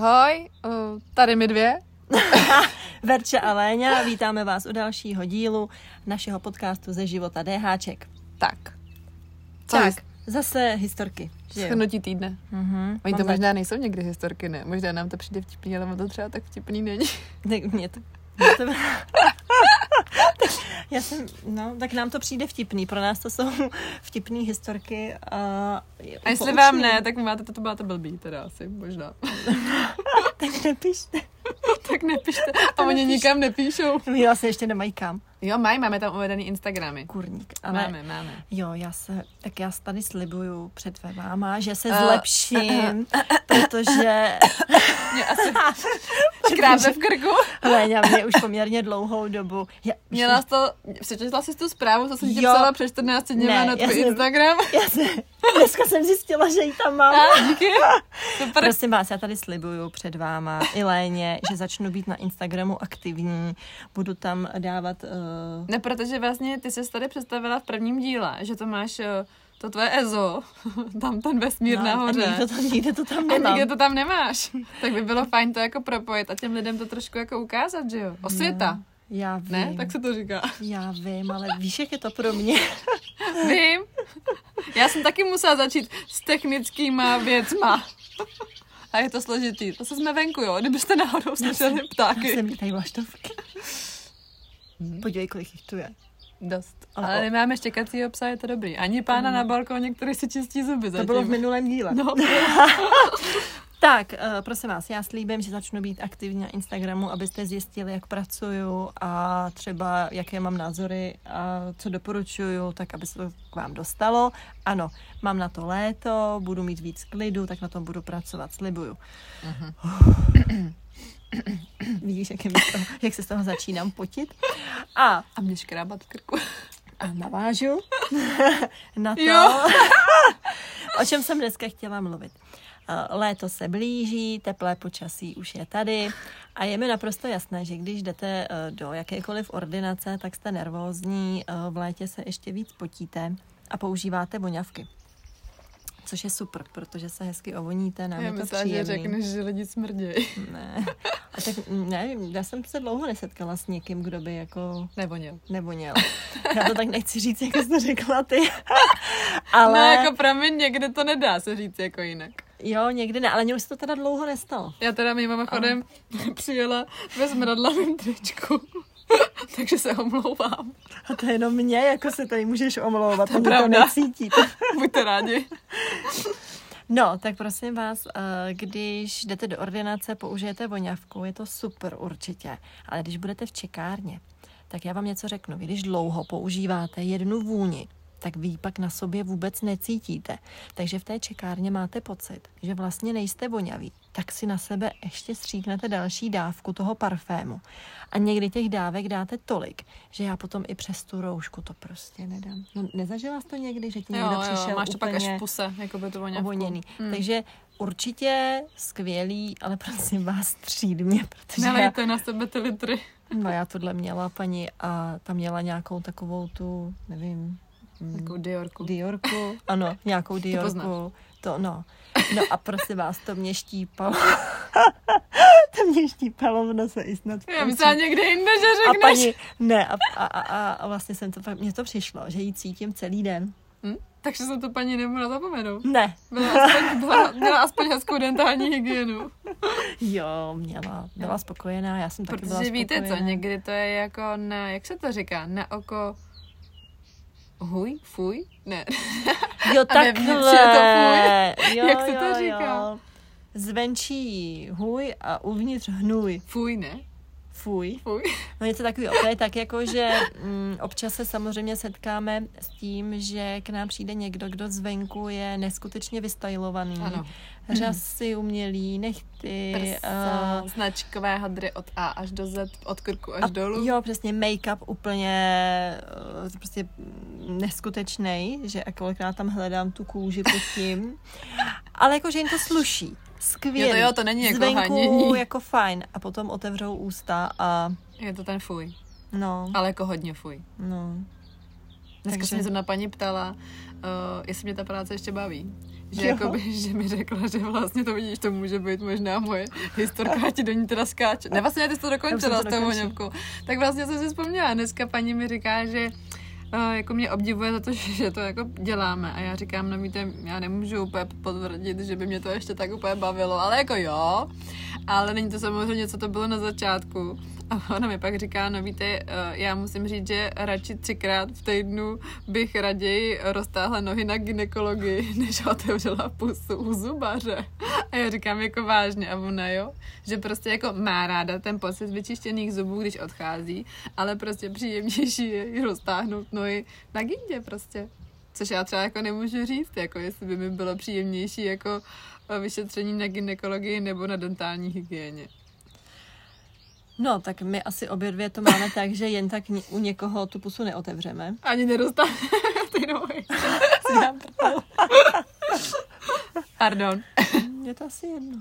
Ahoj, eh, tady my dvě. Verče a Léňa, vítáme vás u dalšího dílu našeho podcastu ze života DHček. Tak. Co Tak, tak. zase historky. že jo? Shrnutí týdne. Mhm, No, Oni to mám možná nejsou někdy historky, ne? Možná nám to přijde vtipný, ale on to třeba tak vtipný není. Ne, mě to, mě to... Já jsem, no, tak nám to přijde vtipný. Pro nás to jsou vtipný historky. A, A jestli vám ne, tak máte to, to byla to blbý, teda asi, možná. Tak nepište. tak nepište. A oni Nepíš. nikam nepíšou. My vlastně ještě nemají kam. Jo, mají, máme tam uvedený Instagramy. Kurník. Ale Ale... Máme, máme. Jo, já se, tak já tady slibuju před váma, že se Eh, zlepším, protože Mě asi škrábe v krku. Léňa mě už poměrně dlouhou dobu. Já, Měla jsi to, přečetla jsi tu zprávu, co jsem ti Jo. psala před 14 dní Ne, na já tvůj jsem- Instagram. já se, dneska jsem zjistila, že ji tam mám. A, díky. Super. Prosím vás, já tady slibuju před váma i Léně, že začnu být na Instagramu aktivní, budu tam dávat... Uh, Ne, protože vlastně ty jsi tady představila v prvním díle, že to máš, eh, to tvoje EZO, tam ten vesmír no, nahoře. A nikde to tam, nikde to tam A nemám. nikde to tam nemáš. Tak by bylo fajn to jako propojit a těm lidem to trošku jako ukázat, že jo? Osvěta, no. Já vím, ne? Tak se to říká. já vím, ale víš, jak je to pro mě. Vím. Já jsem taky musela začít s technickýma věcma. A je to složitý. To jsme venku, jo? Kdybyste náhodou slyšeli Já ptáky. jsem tady vlaštovky. Mhm. Podívej, kolik jich tu je. Dost. Ale- Ale nemáme ještě kacího psa, je to dobrý. Ani pána na balkóně, který si čistí zuby To zatím. bylo v minulém díle. No, Tak, eh, prosím vás, já slíbím, že začnu být aktivní na Instagramu, abyste zjistili, jak pracuju a třeba jaké mám názory a co doporučuju, tak aby se to k vám dostalo. Ano, mám na to léto, budu mít víc klidu, tak na tom budu pracovat, slibuju. Vidíš, jak, je mi to, jak se z toho začínám potit? A, A mě škrábat v krku. a navážu na to, Jo. o čem jsem dneska chtěla mluvit. Eh, Léto se blíží, teplé počasí už je tady a je mi naprosto jasné, že když jdete eh, do jakékoliv ordinace, tak jste nervózní, eh, v létě se ještě víc potíte a používáte voňavky. Což je super, protože se hezky ovoníte, nám Já je to myslím, že příjemný. řekneš, že lidi smrdějí. Ne. A tak mm, nevím, já jsem se dlouho nesetkala s někým, kdo by jako Nebo něl. nevoněl. Já to tak nechci říct, jako jsi to řekla ty. Ale No jako promiň, někde to nedá se říct jako jinak. jo, někdy ne, ale mně už se to teda dlouho nestalo. Já teda mým mimochodem přijela ve smradlavém tričku. Takže se omlouvám. A to jenom mě, jako se tady můžeš omlouvat, to to pravda. necítit. Buďte rádi. No, tak prosím vás, eh, když jdete do ordinace, použijete voňavku, je to super určitě, ale když budete v čekárně, tak já vám něco řeknu. Vy když dlouho používáte jednu vůni, tak vy ji pak na sobě vůbec necítíte. Takže v té čekárně máte pocit, že vlastně nejste voňaví. Tak si na sebe ještě stříknete další dávku toho parfému. A někdy těch dávek dáte tolik, že já potom i přes tu roušku to prostě nedám. No, nezažila jsi to někdy, že ti Jo, někdo přišel jo, máš to úplně pak až v puse, jako by to voněvku. ovoněný. Hmm. Takže určitě skvělý, ale prosím vás, střídmě, protože já, Nelejte na sebe ty litry. no, já tohle měla paní a ta měla nějakou takovou tu, nevím, mm, Takovou Jako diorku. Diorku, ano, nějakou Diorku. poznám. To, no. No a prosím vás, to mě štípalo. to mě štípalo v nose i snad. v Já očích. myslela někde jinde, že a řekneš. paní, ne, a, a, a, a vlastně jsem to, mně to přišlo, že ji cítím celý den. Hm? Takže jsem to paní nemohla zapomenout. Ne, Byla aspoň, byla, měla aspoň hezkou dentální hygienu. Jo, měla. Byla spokojená, já jsem taky byla Protože víte co, spokojená. někdy to je jako na, jak se to říká, na oko huj, fuj, ne, Jo, a nevnitř je to takhle. jo, Jak se to jo, říká? Jo. Zvenčí huj a uvnitř hnůj. fuj, ne, Fuj. fuj. No něco takového. To je tak jako, že mm, občas se samozřejmě setkáme s tím, že k nám přijde někdo, kdo zvenku je neskutečně vystylovaný. Ano, Řasy umělý, nechty. prsa, eh, značkové hadry od A až do Z, od krku až A, dolů. jo, přesně, make-up úplně eh, prostě neskutečný, že a kolikrát tam hledám tu kůži pod tím. Ale jakože jim to sluší. Skvělý. Jo, to jo, to není jako Zvenku hanění. jako fajn. A potom otevřou ústa a Je to ten fuj, no, ale jako hodně fuj. no. Dneska Takže- eh, se mě to na paní ptala, uh, jestli mě ta práce ještě baví. Že, Jo. jakoby, že mi řekla, že vlastně to vidíš, to může být možná moje historka, a ti do ní teda skáče. Ne, vlastně ne, ty jsi to dokončila Já s už jsem to tou dokončila. voňavkou. Tak vlastně jsem si vzpomněla. Dneska paní mi říká, že eh, jako mě obdivuje za to, že že to jako děláme. A já říkám, no víte, já nemůžu úplně potvrdit, že by mě to ještě tak úplně bavilo, ale jako jo. Ale není to samozřejmě, co to bylo na začátku. A ona mi pak říká, no víte, eh, já musím říct, že radši třikrát v týdnu bych raději roztáhla nohy na ginekologii, než otevřela pusu u zubaře. A já říkám jako vážně, a ona jo, že prostě jako má ráda ten pocit vyčištěných zubů, když odchází, ale prostě příjemnější je jí roztáhnout nohy na gindě prostě. Což já třeba jako nemůžu říct, jako jestli by mi bylo příjemnější jako eh, vyšetření na ginekologii nebo na dentální hygieně. No, tak my asi obě dvě to máme tak, že jen tak ni- u někoho tu pusu neotevřeme. Ani neroztáhne ty nohy. Si dám prdel. Pardon. Je to asi jedno.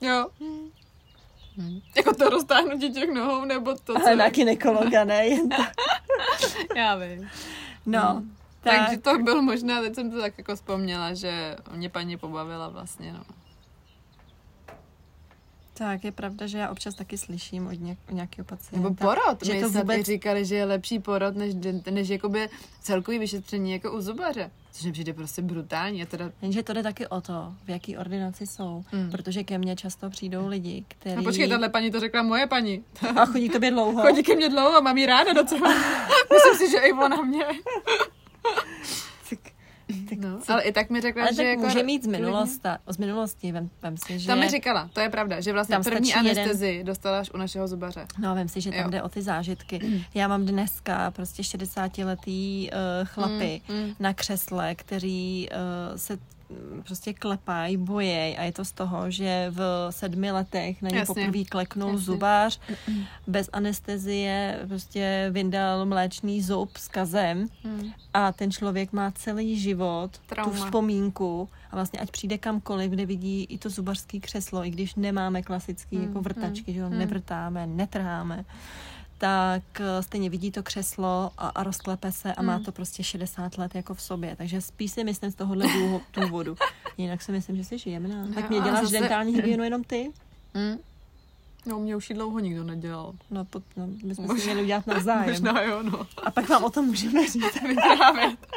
Jo. Jako to roztáhnutí těch nohou, nebo to, co... Ale na kinekologa, ne? Jen tak. Já vím. No, tak, Takže to byl možná, teď jsem to tak jako vzpomněla, že mě paní pobavila vlastně, no. tak je pravda, že já občas taky slyším od něk- nějakého pacienta. Nebo porod. že My to snad i vůbec- říkali, že je lepší porod, než, den- než jakoby celkový vyšetření jako u zubaře. Což mi přijde prostě brutální. A teda, Jenže to jde taky o to, v jaký ordinaci jsou, Mm. mm. protože ke mně často přijdou lidi, kteří... no počkej, tahle paní to řekla moje paní. A chodí k tobě dlouho. Chodí ke mně dlouho, mám jí ráda docela. Myslím si, že i ona mě. Cik, cik, No, cik. ale i tak mi řekla, Ale že tak jako... může mít z klidně- minulosti, z minulosti vem, vem si, že... To mi říkala, to je pravda, že vlastně Tam první stačí jeden- anestezii dostala až u našeho zubaře. No, vem si, že tam Jo. jo. jde o ty zážitky. Já mám dneska prostě 60-letý uh, chlapy Mm, mm, mm. mm. na křesle, kteří uh, se mm, prostě klepají, bojej a je to z toho, že v sedmi letech na ně Jasně. poprvé kleknul Jasně. Mm, zubář bez anestezie, prostě vyndal mléčný zub s kazem Mm. a ten člověk má celý život Trauma. tu vzpomínku a vlastně ať přijde kamkoliv, kde vidí i to zubařský křeslo, i když nemáme klasický Mm, jako vrtačky, že jo, mm. nevrtáme, netrháme, tak eh, stejně vidí to křeslo a, a rozklepe se a má Mm. to prostě 60 let jako v sobě. Takže spíš si myslím z tohohle důho- důvodu. Jinak si myslím, že jsi jemná. No, Tak mě ale děláš zase- dentální hygienu jenom ty? Mm. No, mě už ji dlouho nikdo nedělal. No, pot, no my jsme si Možná- měli udělat navzájem. Možná jo, no. A pak vám o tom můžeme říct. Vyprávět. Tak,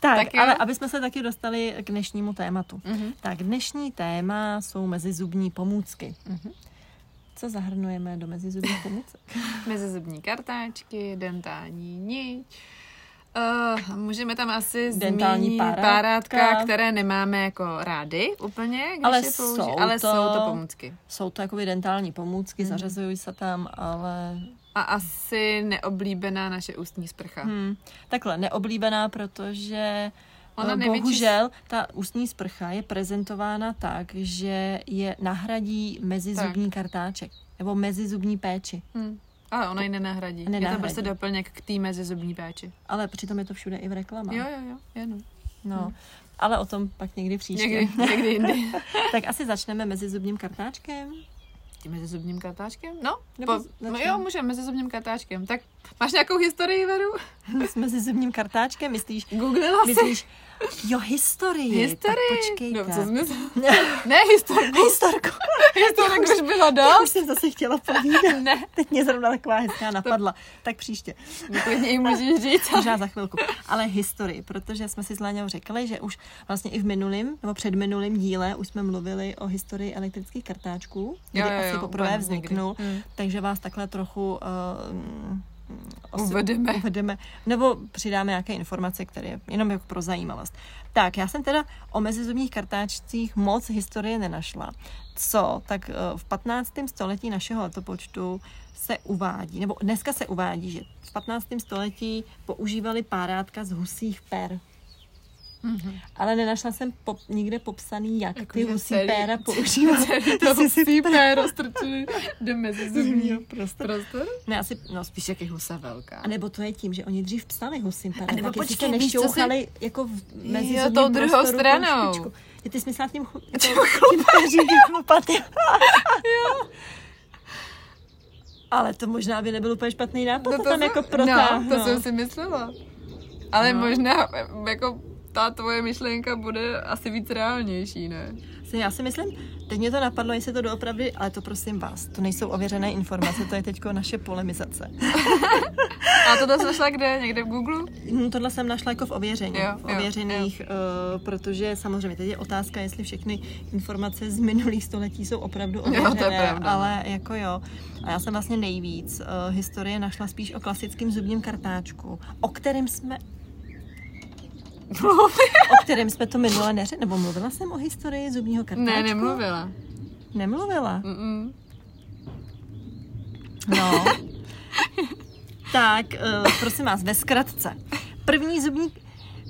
Tak tak jo. ale aby jsme se taky dostali k dnešnímu tématu. Mhm. Tak dnešní téma jsou mezizubní pomůcky. Mhm. Co zahrnujeme do mezizubních pomůcek? Mezizubní kartáčky, dentální niť. Uh, můžeme tam asi Dentální zmínit párátka. párátka, které nemáme jako rády úplně, když Ale je použi- jsou ale to- jsou to pomůcky. Jsou to jakoby dentální pomůcky, Mhm. mm. zařazují se tam, ale... A asi neoblíbená naše ústní sprcha. Hm, takhle, neoblíbená, protože Ona eh, nevyčist- bohužel ta ústní sprcha je prezentována tak, že je nahradí mezizubní tak. kartáček nebo mezizubní péči. Hmm. Ale ona ji nenahradí. Je to Nenahradí. prostě doplněk k té mezizubní péči. Ale přitom je to všude i v reklamách. Jo, jo, jo, jenom. No. Ale o tom pak někdy příště. Někdy, někdy jindy. Tak asi začneme mezizubním kartáčkem. Tím mezizubním kartáčkem? No, Nebo po, začneme. no jo, můžeme mezizubním kartáčkem. Tak máš nějakou historii, Veru? S mezizubním kartáčkem, myslíš, Googlila jsi? myslíš, jo, historii. Historii? Tak počkejte. No, co jsme... Ne, Ne, historiku. Historku. Historik už byla Já dál. už jsem zase chtěla povídat. No. Ne, Teď mě zrovna taková hezká napadla. Tak příště. no klidně ji můžeš říct. Možná za chvilku. Ale historii, protože jsme si s Láňou řekli, že už vlastně i v minulém nebo předminulém díle už jsme mluvili o historii elektrických kartáčků, kdy Jo, jo, asi jo, poprvé úplně vzniknul. někdy. Mm. Takže vás takhle trochu uh, Uvedeme. uvedeme. Nebo přidáme nějaké informace, které je jenom jako pro zajímavost. Tak, já jsem teda o mezizubních kartáčcích moc historie nenašla. Co? Tak eh, v 15. století našeho letopočtu se uvádí, nebo dneska se uvádí, že v 15. století používali párátka z husích per. Mhm. Ale nenašla jsem po, nikde popsaný, jak Jako, ty že husí celý- péra používali. Celý Ty to jsi si Mhm. husípé roztrčili do mezizubního zubního prostoru. prostoru. Ne, asi, no spíš jaký hus. Husa velká. A nebo to je tím, že oni dřív psali husím pere, A nebo tak jestli počkej, tě víš, co nešťouchali jako v, mezi Jo, zubním tou druhou prostoru tou stranou. špičku. Je ty jsi myslela tím, chu- to- tím peřím, tím chlupatým. Ale to možná by nebyl úplně špatný nápad, to, tam jako no, protáhnout. to jsem si myslela. Ale No. možná, jako ta tvoje myšlenka bude asi víc reálnější, ne? Si- Já si myslím, teď mě to napadlo, jestli to doopravdy, ale to prosím vás, to nejsou ověřené informace, to je teď naše polemizace. A to jsi našla kde? Někde v Google? Hm, Tohle jsem našla jako v ověření, Mm. Jo, v jo, ověřených, Uh, protože samozřejmě teď je otázka, jestli všechny informace z minulých století jsou opravdu to je ověřené, pravda. ale jako jo. A já jsem vlastně nejvíc uh, historie našla spíš o klasickém zubním kartáčku, o kterém jsme o kterém jsme to minule neřekli, nebo mluvila jsem o historii zubního kartáčku? ne, nemluvila. Nemluvila? Mm-mm. No. tak, uh, prosím vás, ve zkratce. První zubní...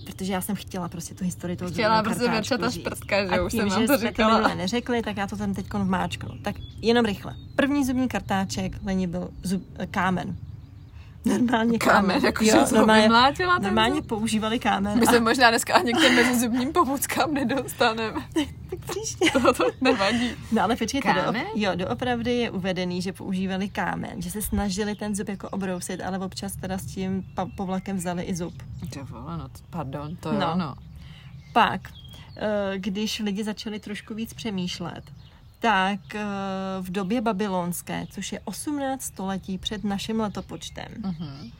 Protože já jsem chtěla prostě tu historii toho Chtěla, prostě zubního protože kartáčku Verča ta říct. šprtka, že A už tím, jsem že nám to jsme říkala. minule neřekli, tak já to tam teď vmáčknu. Tak jenom rychle. První zubní kartáček Leni byl zub, eh, kámen. Normálně kámen. Kámen, jako Jo, jsem to normálně, vymlátila. ten normálně zub. používali kámen. My A se možná dneska ani k těm mezizubním pomůckám nedostaneme. příště. To, to nevadí. No ale počkejte, do, Kámen? jo, doopravdy je uvedený, že používali kámen, že se snažili ten zub jako obrousit, ale občas teda s tím pa- povlakem vzali i zub. To vole, no, to- pardon, to No. jo, no. Pak, eh, když lidi začali trošku víc přemýšlet, tak eh, v době babylonské, což je 18 století před naším letopočtem, Mhm.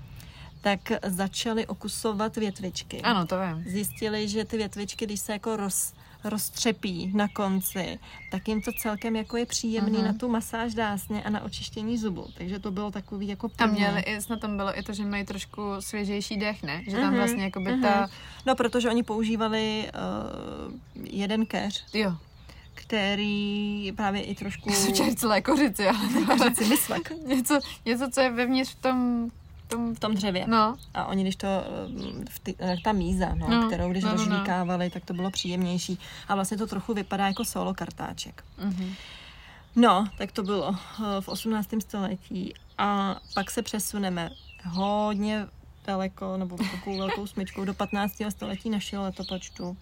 tak začali okusovat větvičky. Ano, to vím. Zjistili, že ty větvičky, když se jako roz, roztřepí na konci, tak jim to celkem jako je příjemný Mhm. na tu masáž dásně a na očištění zubu. Takže to bylo takový jako A první. měli i, snad tam bylo i to, že mají trošku svěžejší dech, ne? Že tam Mhm, vlastně jako by mhm. ta... No, protože oni používali uh, jeden keř, Jo, který právě i trošku... já jsem chtěla říct lékořici, ale Říci mysvak něco, něco, co je vevnitř v tom... v tom v tom dřevě. no, A oni, když to, eh, v ty, eh, ta míza, no, No, kterou když no, no, no, no. rozžvíkávali, tak to bylo příjemnější. A vlastně to trochu vypadá jako solo kartáček. mhm. No, tak to bylo eh, v 18. století. A pak se přesuneme hodně daleko, nebo takovou velkou smyčkou do 15. století našeho letopočtu,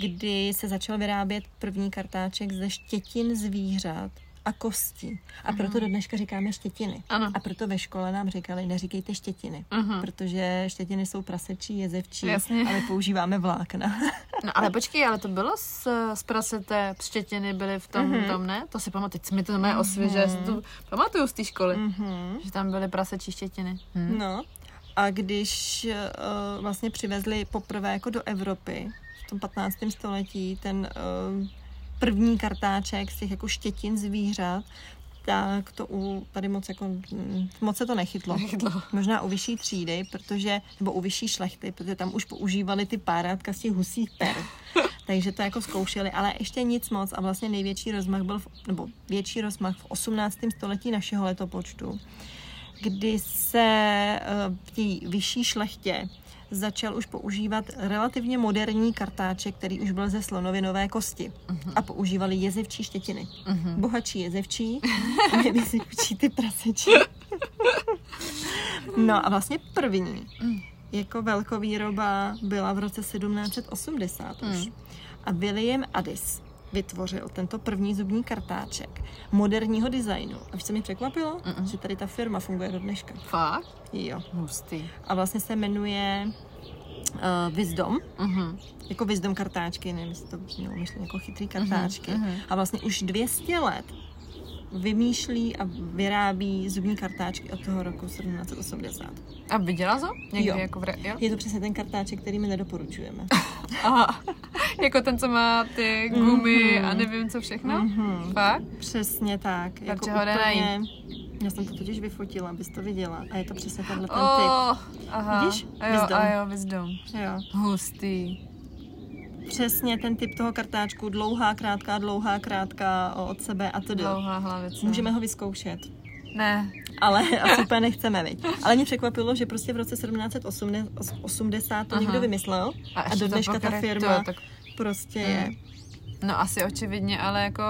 kdy se začal vyrábět první kartáček ze štětin zvířat a kostí. A proto do dneška říkáme štětiny. ano. A proto ve škole nám říkali, neříkejte štětiny. Mhm. Protože štětiny jsou prasečí, jezevčí, Jasně. ale používáme vlákna. No ale počkej, ale to bylo z, z prasete, štětiny byly v tom, Mhm. tom ne? To si pamatuju, teď se mi to mé osvěže, já si to pamatuju z té školy, Mhm. že tam byly prasečí štětiny. Hm. No, a když eh, vlastně přivezli poprvé jako do Evropy v tom 15. století ten eh, první kartáček z těch jako štětin zvířat, tak to u, tady moc jako, mm, moc se to nechytlo. Nechytlo. Možná u vyšší třídy, protože, nebo u vyšší šlechty, protože tam už používali ty párátka z těch husích per. Takže to jako zkoušeli, ale ještě nic moc a vlastně největší rozmach byl, v, nebo větší rozmach v 18. století našeho letopočtu, kdy se eh, v té vyšší šlechtě začal už používat relativně moderní kartáček, který už byl ze slonovinové kosti a používali jezevčí štětiny. Mhm. Bohatší jezevčí, a měli si učí ty praseči. No a vlastně první jako velkovýroba byla v roce 1780 už. Mm. A William Addis vytvořil tento první zubní kartáček moderního designu. A víš, co mě překvapilo? Mm-mm. Že tady ta firma funguje do dneška. Fakt? Jo. Hustý. A vlastně se jmenuje uh, Wisdom, Mhm. jako Wisdom kartáčky, nevím, jestli to mělo myšlení jako chytrý kartáčky. mhm. A vlastně už 200 let vymýšlí a vyrábí zubní kartáčky od toho roku 1780. A viděla jsi ho? Někdy Jo. jako v re... jo? Je to přesně ten kartáček, který my nedoporučujeme. Aha. jako ten, co má ty gumy Mhm. a nevím co všechno? Mhm. Fakt? Přesně tak. Jako Barče, No. ho jde úplně... Já jsem to totiž vyfotila, abys to viděla. A je to přesně tenhle ten typ. Oh, aha. Vidíš? A jo, Wisdom. a jo, wisdom. Jo. Hustý. Přesně ten typ toho kartáčku. Dlouhá, krátká, dlouhá, krátká o- od sebe a tedy. Dlouhá hlavice. Můžeme ho vyzkoušet, Ne. ale asi úplně nechceme, viď? Ale mě překvapilo, že prostě v roce 1780 to Aha. někdo vymyslel A, ještě do to dneška ta pokryt- firma- to, tak prostě Mm. je. No asi očividně, ale jako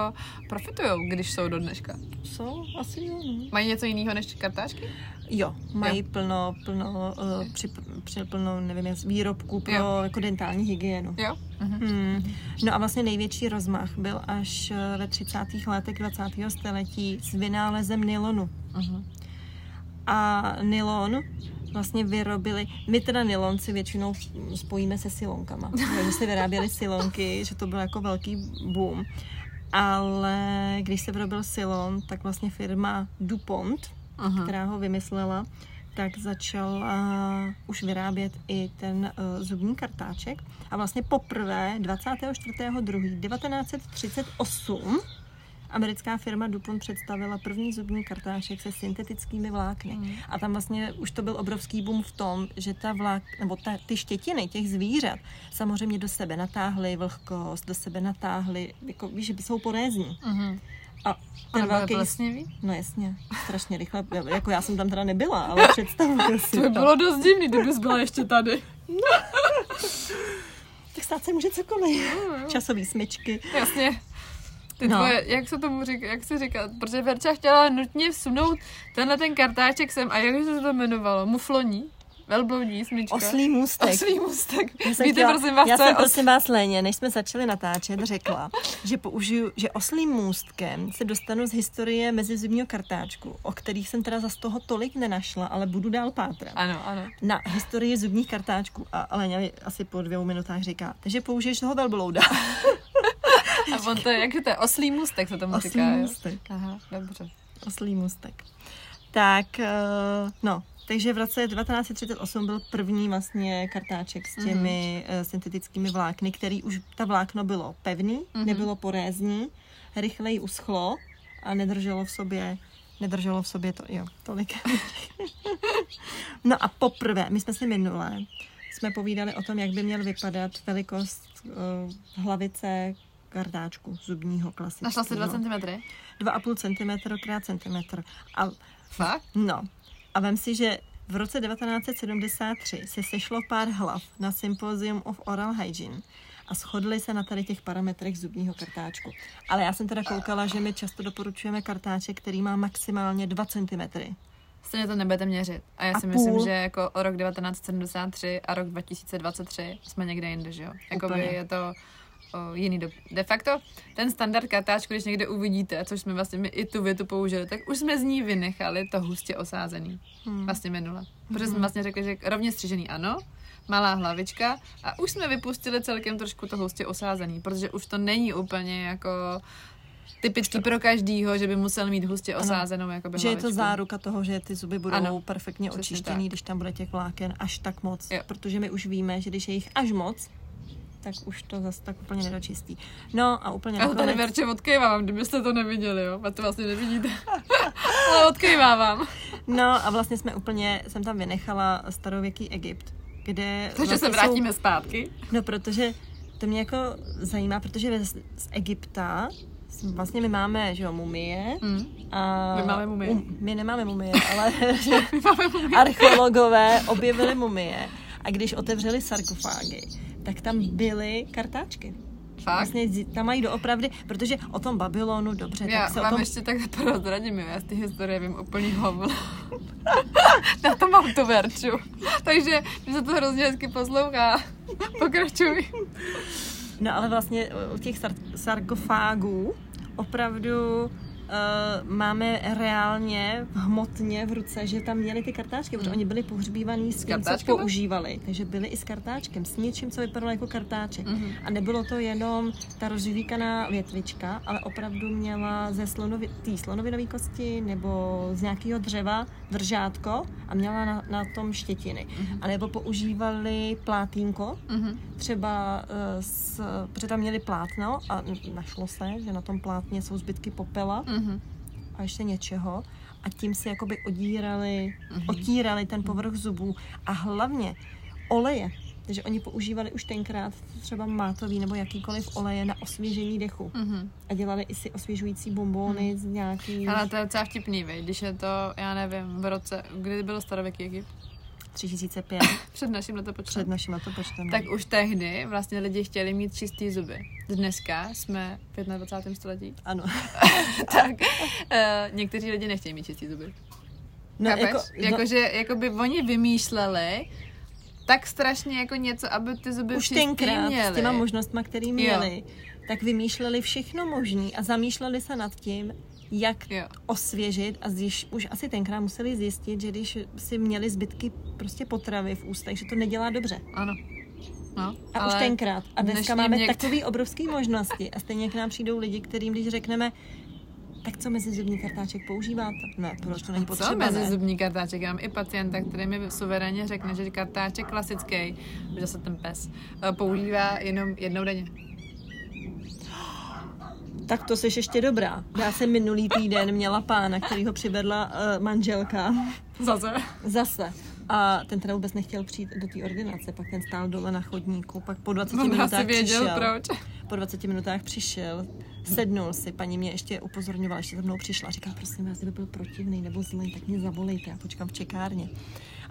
profitujou, když jsou do dneška. Jsou? Asi jo. no. Mají něco jiného než kartáčky? Jo, mají plno, plno, uh, při, při, plno, nevím, jak- výrobků pro Jo. jako dentální hygienu. Jo. Mhm. Hmm. No a vlastně největší rozmach byl až eh, ve 30. letech 20. Mhm. století s vynálezem nylonu. Mhm. A nylon vlastně vyrobili, my teda nylon si většinou spojíme se silonkama. Takže se vyráběly silonky, že to byl jako velký boom. Ale když se vyrobil silon, tak vlastně firma DuPont, Aha. která ho vymyslela, tak začala už vyrábět i ten uh, zubní kartáček. A vlastně poprvé 24.2.1938 americká firma DuPont představila první zubní kartáček se syntetickými vlákny. Mm. A tam vlastně už to byl obrovský boom v tom, že ta vlák, nebo ta, ty štětiny těch zvířat samozřejmě do sebe natáhly vlhkost, do sebe natáhly, jako víš, že jsou porézní. Mhm. A Ona ten byla velký plesnivý? No jasně, strašně rychle. Jako já jsem tam teda nebyla, ale prostě. No. představuju si To by bylo dost divný, kdybys byla ještě tady. Tak stát se může cokoliv. Jo, jo. Časový smyčky. Jasně. Ty no. No. tvoje, jak se tomu říká, jak se říká, protože Verča chtěla nutně vsunout tenhle ten kartáček sem a jak se to jmenovalo? Mufloní? Velbloudí smyčka? Oslý můstek. Oslý můstek. Já jsem Víte, chtěla- prosím vás, já co jsem je os... prosím vás, Léně, než jsme začali natáčet, řekla, že použiju, že oslým můstkem se dostanu z historie mezizimního kartáčku, o kterých jsem teda za z toho tolik nenašla, ale budu dál pátrat. Ano, ano. Na historii zubních kartáčků. A Léně mi asi po dvou minutách říká, takže použiješ toho velblouda. A on to je, jak to je, oslý můstek se tomu Oslý říká, jo? můstek. Aha, dobře. Oslý můstek. Tak, eh, no, takže v roce 1938 byl první vlastně kartáček Mhm. s těmi mm syntetickými vlákny, který už, ta vlákno bylo pevný, Mhm. nebylo porézní, rychleji uschlo a nedrželo v sobě, nedrželo v sobě to, jo, tolik. no a poprvé, my jsme si minule, jsme povídali o tom, jak by měl vypadat velikost eh, hlavice kartáčku zubního klasického. Našla jsi 2 cm? 2,5 cm krát centimetr. A, Fakt? no, a vem si, že v roce 1973 se sešlo pár hlav na Symposium of Oral Hygiene a shodli se na tady těch parametrech zubního kartáčku. Ale já jsem teda koukala, že my často doporučujeme kartáček, který má maximálně 2 cm. Stejně to nebudete měřit. A já A si myslím, půl. že jako o rok 1973 a rok 2023 jsme někde jinde, že jo? Jakoby Úplně. je to o, jiný dob. De facto ten standard kartáčku, když někde uvidíte, což jsme vlastně my i tu větu použili, tak už jsme z ní vynechali to hustě osázený. Hmm. Vlastně minule. Protože Mhm. jsme vlastně řekli, že rovně střižený ano, malá hlavička a už jsme vypustili celkem trošku to hustě osázený, protože už to není úplně jako typický pro každýho, že by musel mít hustě osázenou jakoby Že je to hlavičku. záruka toho, že ty zuby budou ano, Ano, perfektně přesně očištěný, tak. když tam bude těch vláken až tak moc. Jo. Jo. Protože my už víme, že když je jich až moc, tak už to zase tak úplně nedočistí. No a úplně Já to tady nakonec- verče odkejvávám, kdybyste to neviděli, jo? A to vlastně nevidíte. Ale odkejvávám. No a vlastně jsme úplně, jsem tam vynechala starověký Egypt, kde... Takže se vlastně vrátíme zpátky. Jsou, no protože to mě jako zajímá, protože ve- z, z Egypta s- vlastně my máme, že jo, mumie. Mm. A My máme mumie. Um, my nemáme mumie, ale My máme mumii. archeologové objevili mumie. A když otevřeli sarkofágy, tak tam byly kartáčky. Fakt. Vlastně z- tam mají doopravdy, protože o tom Babylonu, dobře, Já tak se o vám tom ještě tak prozradím, jo, já z té historie vím úplný hovno. Na to mám tu verču. Takže mi se to hrozně hezky poslouchá. Pokračuj. No ale vlastně u těch sar- sarkofágů opravdu Uh, máme reálně, hmotně v ruce, že tam měli ty kartáčky, protože oni byli pohřbívaný s tím, co Hmm. kartáčkama? používali. Takže byli i s kartáčkem, s něčím, co vypadalo jako kartáček. Mhm. A nebylo to jenom ta rozžvíkaná větvička, ale opravdu měla ze slonovi, tý slonovinové kosti nebo z nějakého dřeva držátko a měla na, na tom štětiny. A nebo používali plátínko, Mhm. třeba, eh, s, protože tam měli plátno a n- našlo se, že na tom plátně jsou zbytky popela Mhm. a ještě něčeho a tím si jakoby odírali, Mhm. otírali ten povrch zubů a hlavně oleje. Takže oni používali už tenkrát třeba mátový nebo jakýkoliv oleje na osvěžení dechu. Mhm. A dělali i si osvěžující bombóny z nějakých Ale to je docela vtipný, vej, když je to, já nevím, v roce, kdy byl starověký Egypt? 3005 Před naším letopočtem. před naším letopočtem. Tak už tehdy vlastně lidi chtěli mít čistý zuby. Dneska jsme v 25. století. Ano. tak uh, někteří lidi nechtějí mít čistý zuby. No, Chápeš? jako, no, Jakože jako by oni vymýšleli tak strašně jako něco, aby ty zuby už čistý tenkrát měli. s těma možnostma, který měli, tak vymýšleli všechno možný a zamýšleli se nad tím, jak Jo. osvěžit a zjiš, už asi tenkrát museli zjistit, že když si měli zbytky prostě potravy v ústech, že to nedělá dobře. Ano. No, A ale už tenkrát. A dneska dnešním máme někde- někde... takové obrovské možnosti. A stejně k nám přijdou lidi, kterým když řekneme, tak co mezi zubní kartáček používáte? Ne, proč to není Co potřeba, mezi ne? zubní kartáček? Já mám i pacienta, který mi suverénně řekne, že kartáček klasický, že se ten pes eh, používá jenom jednou denně. Tak to jsi ještě dobrá. Já jsem minulý týden měla pána, který ho přivedla uh, manželka. Zase. Zase. A ten teda vůbec nechtěl přijít do té ordinace, pak ten stál dole na chodníku, pak po 20 On asi minutách věděl, přišel. proč. Po 20 minutách přišel, sednul si, paní mě ještě upozorňovala, ještě za mnou přišla, říká, prosím vás, kdyby byl protivný nebo zlý, tak mě zavolejte, já počkám v čekárně.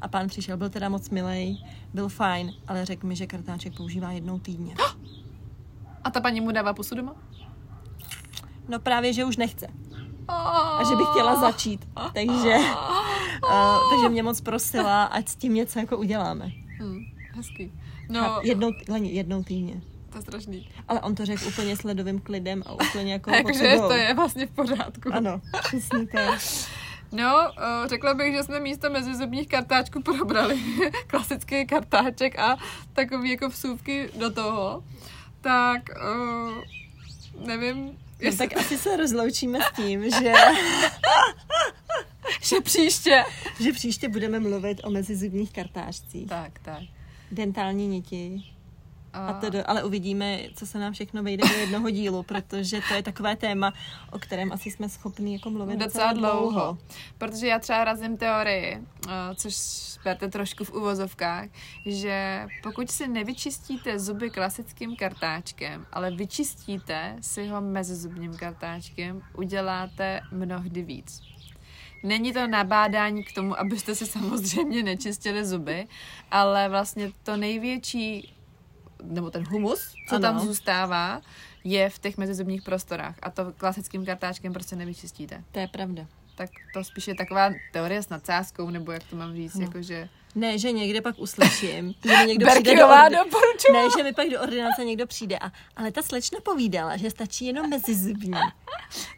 A pán přišel, byl teda moc milej, byl fajn, ale řekl mi, že kartáček používá jednou týdně. A ta paní mu dává pusu doma? No právě, že už nechce A a že by chtěla začít, takže, uh, takže mě moc prosila, ať s tím něco jako uděláme. Hmm, hezký. A No, jednou, Leni, jednou týdně. to je strašný. Ale on to řekl úplně s ledovým klidem a úplně jako A jakože potřebou. to je vlastně v pořádku. Ano, přesně tak. No, eh, řekla bych, že jsme místo mezizubních kartáčků probrali. Klasický kartáček a takový jako vsuvky do toho. Tak, eh, nevím, No, jestli, tak asi se rozloučíme s tím, že, že příště. že příště budeme mluvit o mezizubních kartářcích, Tak, tak. dentální niti a tedy, ale uvidíme, co se nám všechno vejde do jednoho dílu, protože to je takové téma, o kterém asi jsme schopni jako mluvit Docela dlouho. Protože já třeba razím teorii, eh, což berte trošku v uvozovkách, že pokud si nevyčistíte zuby klasickým kartáčkem, ale vyčistíte si ho mezizubním kartáčkem, uděláte mnohdy víc. Není to nabádání k tomu, abyste si samozřejmě nečistili zuby, ale vlastně to největší, nebo ten humus, co ano. tam Ano. zůstává, je v těch mezizubních prostorách. A to klasickým kartáčkem prostě nevyčistíte. To je pravda. Tak to spíš je taková teorie s nadsázkou, nebo jak to mám říct, Ano. jakože... Ne, že někde pak uslyším, že mi No. někdo přijde do Berkiová ordi- doporučuje! ne, že mi pak do ordinace někdo přijde a, ale ta slečna povídala, že stačí jenom mezizubní.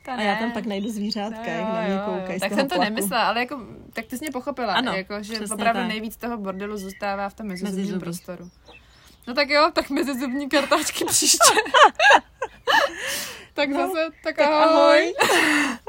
A já tam pak najdu No zvířátka, jak na mě koukají z Tak toho jsem to plaku. nemyslela, ale jako, tak ty jsi mě pochopila, Ano, jako, že přesně opravdu tak. nejvíc toho bordelu zůstává v tom mezizubním Mezizubí. prostoru. No tak jo, tak mezizubní kartáčky příště. tak No, zase, tak, Tak ahoj. ahoj.